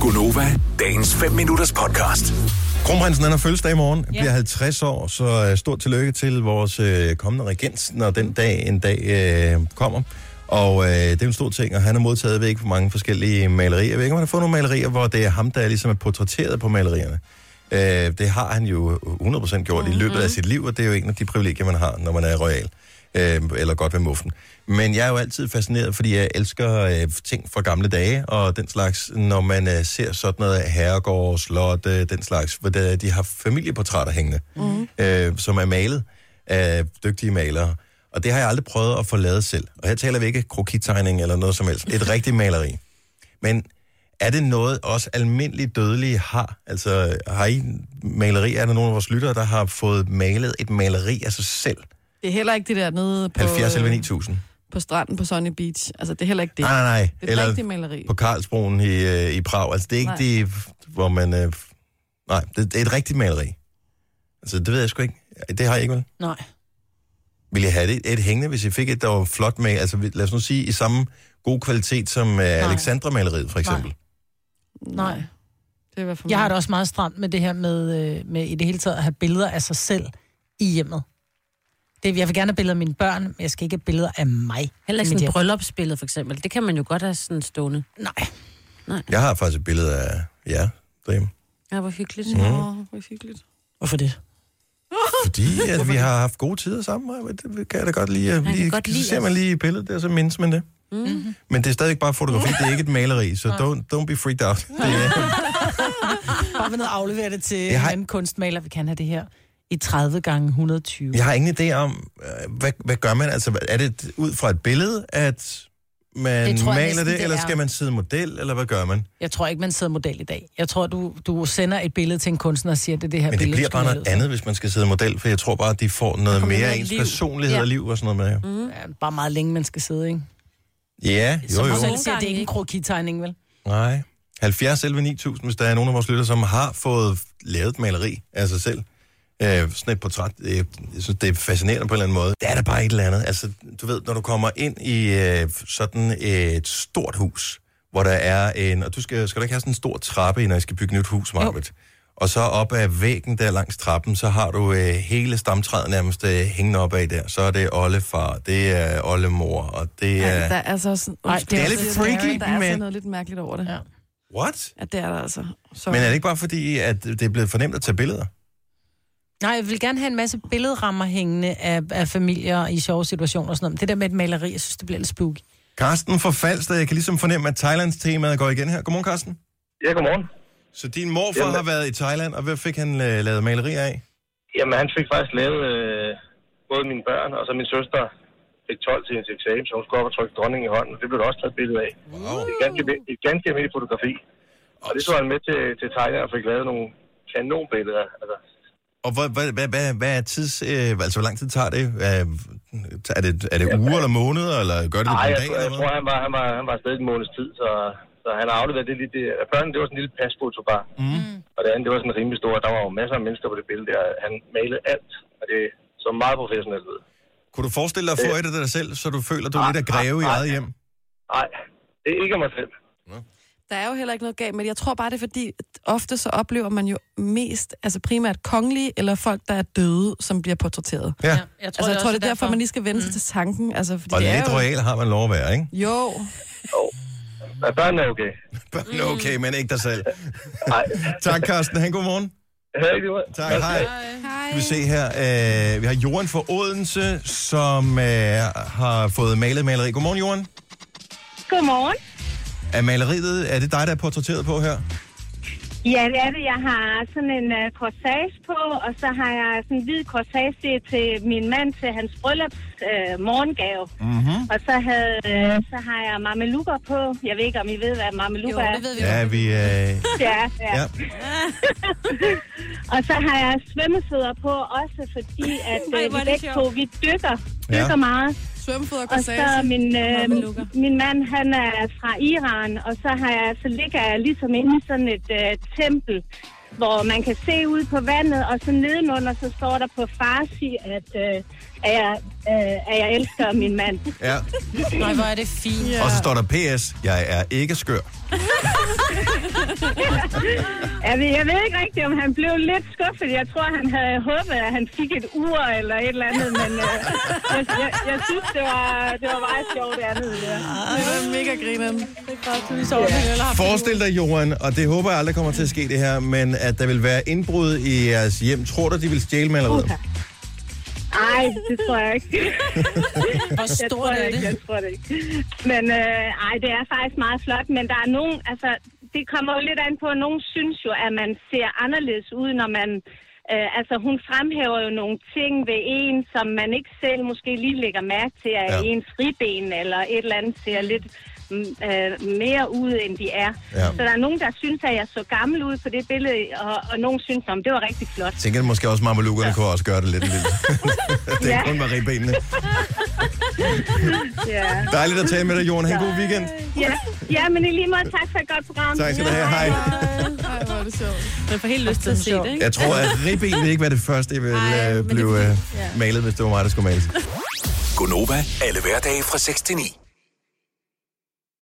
Gunova, dagens 5 minutters podcast. Kronprinsen han har fødselsdag i morgen, Ja. bliver 50 år, så øh, stort tillykke til vores øh, kommende regent, når den dag en dag øh, kommer. Og øh, det er en stor ting, og han har modtaget væk for mange forskellige malerier. Jeg ved ikke, om han har fået nogle malerier, hvor det er ham, der ligesom er portrætteret på malerierne. Øh, det har han jo 100% gjort mm-hmm. i løbet af sit liv, og det er jo en af de privilegier, man har, når man er royal. Øh, eller godt ved muffen. Men jeg er jo altid fascineret, fordi jeg elsker øh, ting fra gamle dage, og den slags, når man øh, ser sådan noget af herregård, slot, øh, den slags, hvor der, de har familieportrætter hængende, mm. øh, som er malet af dygtige malere. Og det har jeg aldrig prøvet at få lavet selv. Og her taler vi ikke krokittegning eller noget som helst. Et rigtigt maleri. Men er det noget, også almindelige dødelige har? Altså, har I maleri? Er der nogen af vores lyttere, der har fået malet et maleri af sig selv? Det er heller ikke det der nede på, 70 eller øh, 9000? på stranden på Sunny Beach. Altså, det er heller ikke det. Nej, nej, nej. Det er et rigtigt maleri. på Karlsbroen i, øh, i Prag. Altså, det er Nej. ikke det, hvor man... Øh, nej, det, det er et rigtigt maleri. Altså, det ved jeg sgu ikke. Det har jeg ikke, vel? Nej. Ville jeg have det, et hængende, hvis jeg fik et, der var flot med, altså vi- lad os nu sige, i samme gode kvalitet som øh, Alexandra-maleriet, for eksempel. Nej. Det er i hvert fald Jeg har mig. det også meget stramt med det her med, øh, med i det hele taget at have billeder af sig selv i hjemmet. Det, jeg vil gerne have billeder af mine børn, men jeg skal ikke have billeder af mig. Heller i ikke mit sådan hjem. et bryllupsbillede, for eksempel. Det kan man jo godt have sådan stående. Nej. Jeg har faktisk et billede af jer derhjemme. Ja, hvor hyggeligt. Mhm. Åh, hvor hyggeligt. Hvorfor det? Fordi at vi har haft gode tider sammen, Maja. det kan jeg da godt lide. kan lige godt så lide ser os. man lige billedet der, så mindes man det. Mm-hmm. Men det er stadigvæk bare fotografi, det er ikke et maleri, så don't, don't be freaked out. Det er, Bare ved at aflevere det til Jeg har- har... en kunstmaler, vi kan have det her i 30 gange 120. jeg har ingen idé om, øh, hvad, hvad gør man? Altså, er det ud fra et billede, at man Det tror jeg maler det, næsten, det eller er. skal man sidde model, eller hvad gør man? Jeg tror ikke, man sidder model i dag. Jeg tror, du, du sender et billede til en kunstner og siger, det er det her Men det billede. bliver du bare skal noget have andet, hvis man skal sidde model, for jeg tror bare, at de får noget mere kommer af noget ens liv. personlighed Ja. og liv og sådan noget med. lavet. Ja, bare meget længe, man skal sidde, ikke? Ja, jo Som jo. også selv siger, det er ikke en ikke. krokitegning, vel? Nej. 70 11 9000, hvis der er nogen af vores lytter, som har fået lavet et maleri af sig selv. Øh, sådan et portræt. Øh, jeg synes, det er fascinerende på en eller anden måde. Der er der bare et eller andet. Altså, du ved, når du kommer ind i øh, sådan et stort hus, hvor der er en... Og du skal, skal du ikke have sådan en stor trappe, når I skal bygge nyt hus, Marvitt? Og så op ad væggen der langs trappen, så har du øh, hele stamtræet nærmest øh, hængende op ad der. Så er det oldefar, det er oldemor, og det Ja. Der er... er altså også sådan... Ej, det er Undskyld, lidt jeg siger det, freaky, men... Der er altså men- noget lidt mærkeligt over det. Ja, Ja. What? ja det er der altså. Så... Men er det ikke bare fordi, at det er blevet for nemt at tage billeder? Nej, jeg vil gerne have en masse billedrammer hængende af, af familier i sjove situationer og sådan noget. Men det der med et maleri, jeg synes, det bliver lidt spooky. Karsten fra Falster, jeg kan ligesom fornemme, at Thailands temaet går igen her. Godmorgen, Karsten. Ja, godmorgen. Så din morfar Jamen. Jamen. har været i Thailand, og hvad fik han øh, lavet malerier af? Jamen, han fik faktisk lavet øh, både mine børn og så min søster fik 12 til hendes eksamen, så hun skulle op og trykke dronningen i hånden. Det blev der også taget et billede af. Wow. Det er ganske, almi- et ganske almindeligt fotografi. Og det tog han med til, til Thailand og fik lavet nogle kanonbilleder. Altså, Og hvad, hvad, hvad, hvad, hvad er tids... Øh, altså, hvor lang tid tager det? Er, er det, er det uger eller måneder, eller gør det det på nej, en jeg, dag? tror- jeg Eller tror, hvad? han var, han var, han var stadig en måneds tid, så, så han har afleveret det lige. Det, at børnene, det var sådan en lille pasfotobar. Mm. Og det andet, det var sådan rimelig stor. Der var jo masser af mennesker på det billede der. Han malede alt, og det så meget professionelt ud. Kunne du forestille dig at få et af dig selv, så du føler, du er Øh. Nej, lidt af greve i nej, eget nej. hjem? Nej, det er ikke af mig selv. Der er jo heller ikke noget galt, men jeg tror bare, det er fordi, at ofte så oplever man jo mest, altså primært kongelige eller folk, der er døde, som bliver portrætteret. Ja. Jeg Altså, jeg tror, det er derfor, man lige skal vende sig til tanken. Altså, fordi Og det er lidt jo... royal har man lov at være, ikke? Jo, Men børnene er okay. Børn er okay, men ikke dig selv. Nej, tak, Karsten. Han god morgen. Hej, det var. Tak, hej. hej. Skal vi se her. Øh, vi har Joren fra Odense, som øh, har fået malet maleri. Godmorgen, Joren. Godmorgen. Er maleriet, er det dig, der er portrætteret på her? Ja, det er det. Jeg har sådan en uh, corsage på, og så har jeg sådan en hvid corsage det er til min mand til hans bryllups uh, morgengave. Mm-hmm. Og så, havde, uh, så har jeg mamelukker på. Jeg ved ikke, om I ved, hvad Jo, mamelukker er. det ved vi ja. Ja, vi... Øh, Det er, ja. ja. Og så har jeg svømmefødder på, også fordi at uh, Ej, hvor vi er det begge sjovt. to, vi dykker, dykker ja. meget. svømmefoder Og kan så min, øh, Mamelukker. min mand, han er fra Iran, og så, har jeg, så ligger jeg ligesom inde i sådan et øh, tempel, hvor man kan se ud på vandet, og så nedenunder, så står der på farsi, at, øh, at, jeg, øh, at jeg elsker min mand. ja. Nej, hvor er det fint. Ja. Og så står der PS. Jeg er ikke skør. Jeg ved, jeg ved ikke rigtigt, om han blev lidt skuffet. Jeg tror, han havde håbet, at han fik et ur eller et eller andet, men øh, jeg, jeg, jeg synes, det var, det var meget sjovt det andet. Der. Det var mega grineren. Forestil dig, Johan, og det håber jeg aldrig kommer til at ske det her, men at der vil være indbrud i jeres hjem. Tror du, de vil stjæle maleriet? Ej, det tror jeg ikke. Hvor Jeg stort tror det er ikke, det? jeg tror det ikke. Men øh, ej, det er faktisk meget flot, men der er nogen, altså, det kommer jo lidt an på, at nogen synes jo, at man ser anderledes ud, når man, øh, altså hun fremhæver jo nogle ting ved en, som man ikke selv måske lige lægger mærke til, at Ja. ja. ens ribben eller et eller andet ser lidt mm, øh, mere ud, end de er. Ja. Ja. Så der er nogen, der synes, at jeg så gammel ud på det billede, og, og nogen synes, at det var rigtig flot. Jeg tænker at måske også, at mamelukkerne ja. kunne også gøre det lidt vildt. det er Ja. kun var ribbenene. Ja, Dejligt at tale med dig, Johan. Ha' en god weekend. ja. ja men i lige måde, tak for et godt program. Tak skal du have. Hej. Ej, hvor er det sjovt. Man får helt lyst til at se det, ikke? Jeg tror, at ribben vil ikke være det første, jeg vil Ej, øh, men det- blive øh, malet, hvis det var mig, der skulle males. Gonova, alle hverdage fra 6 til 9.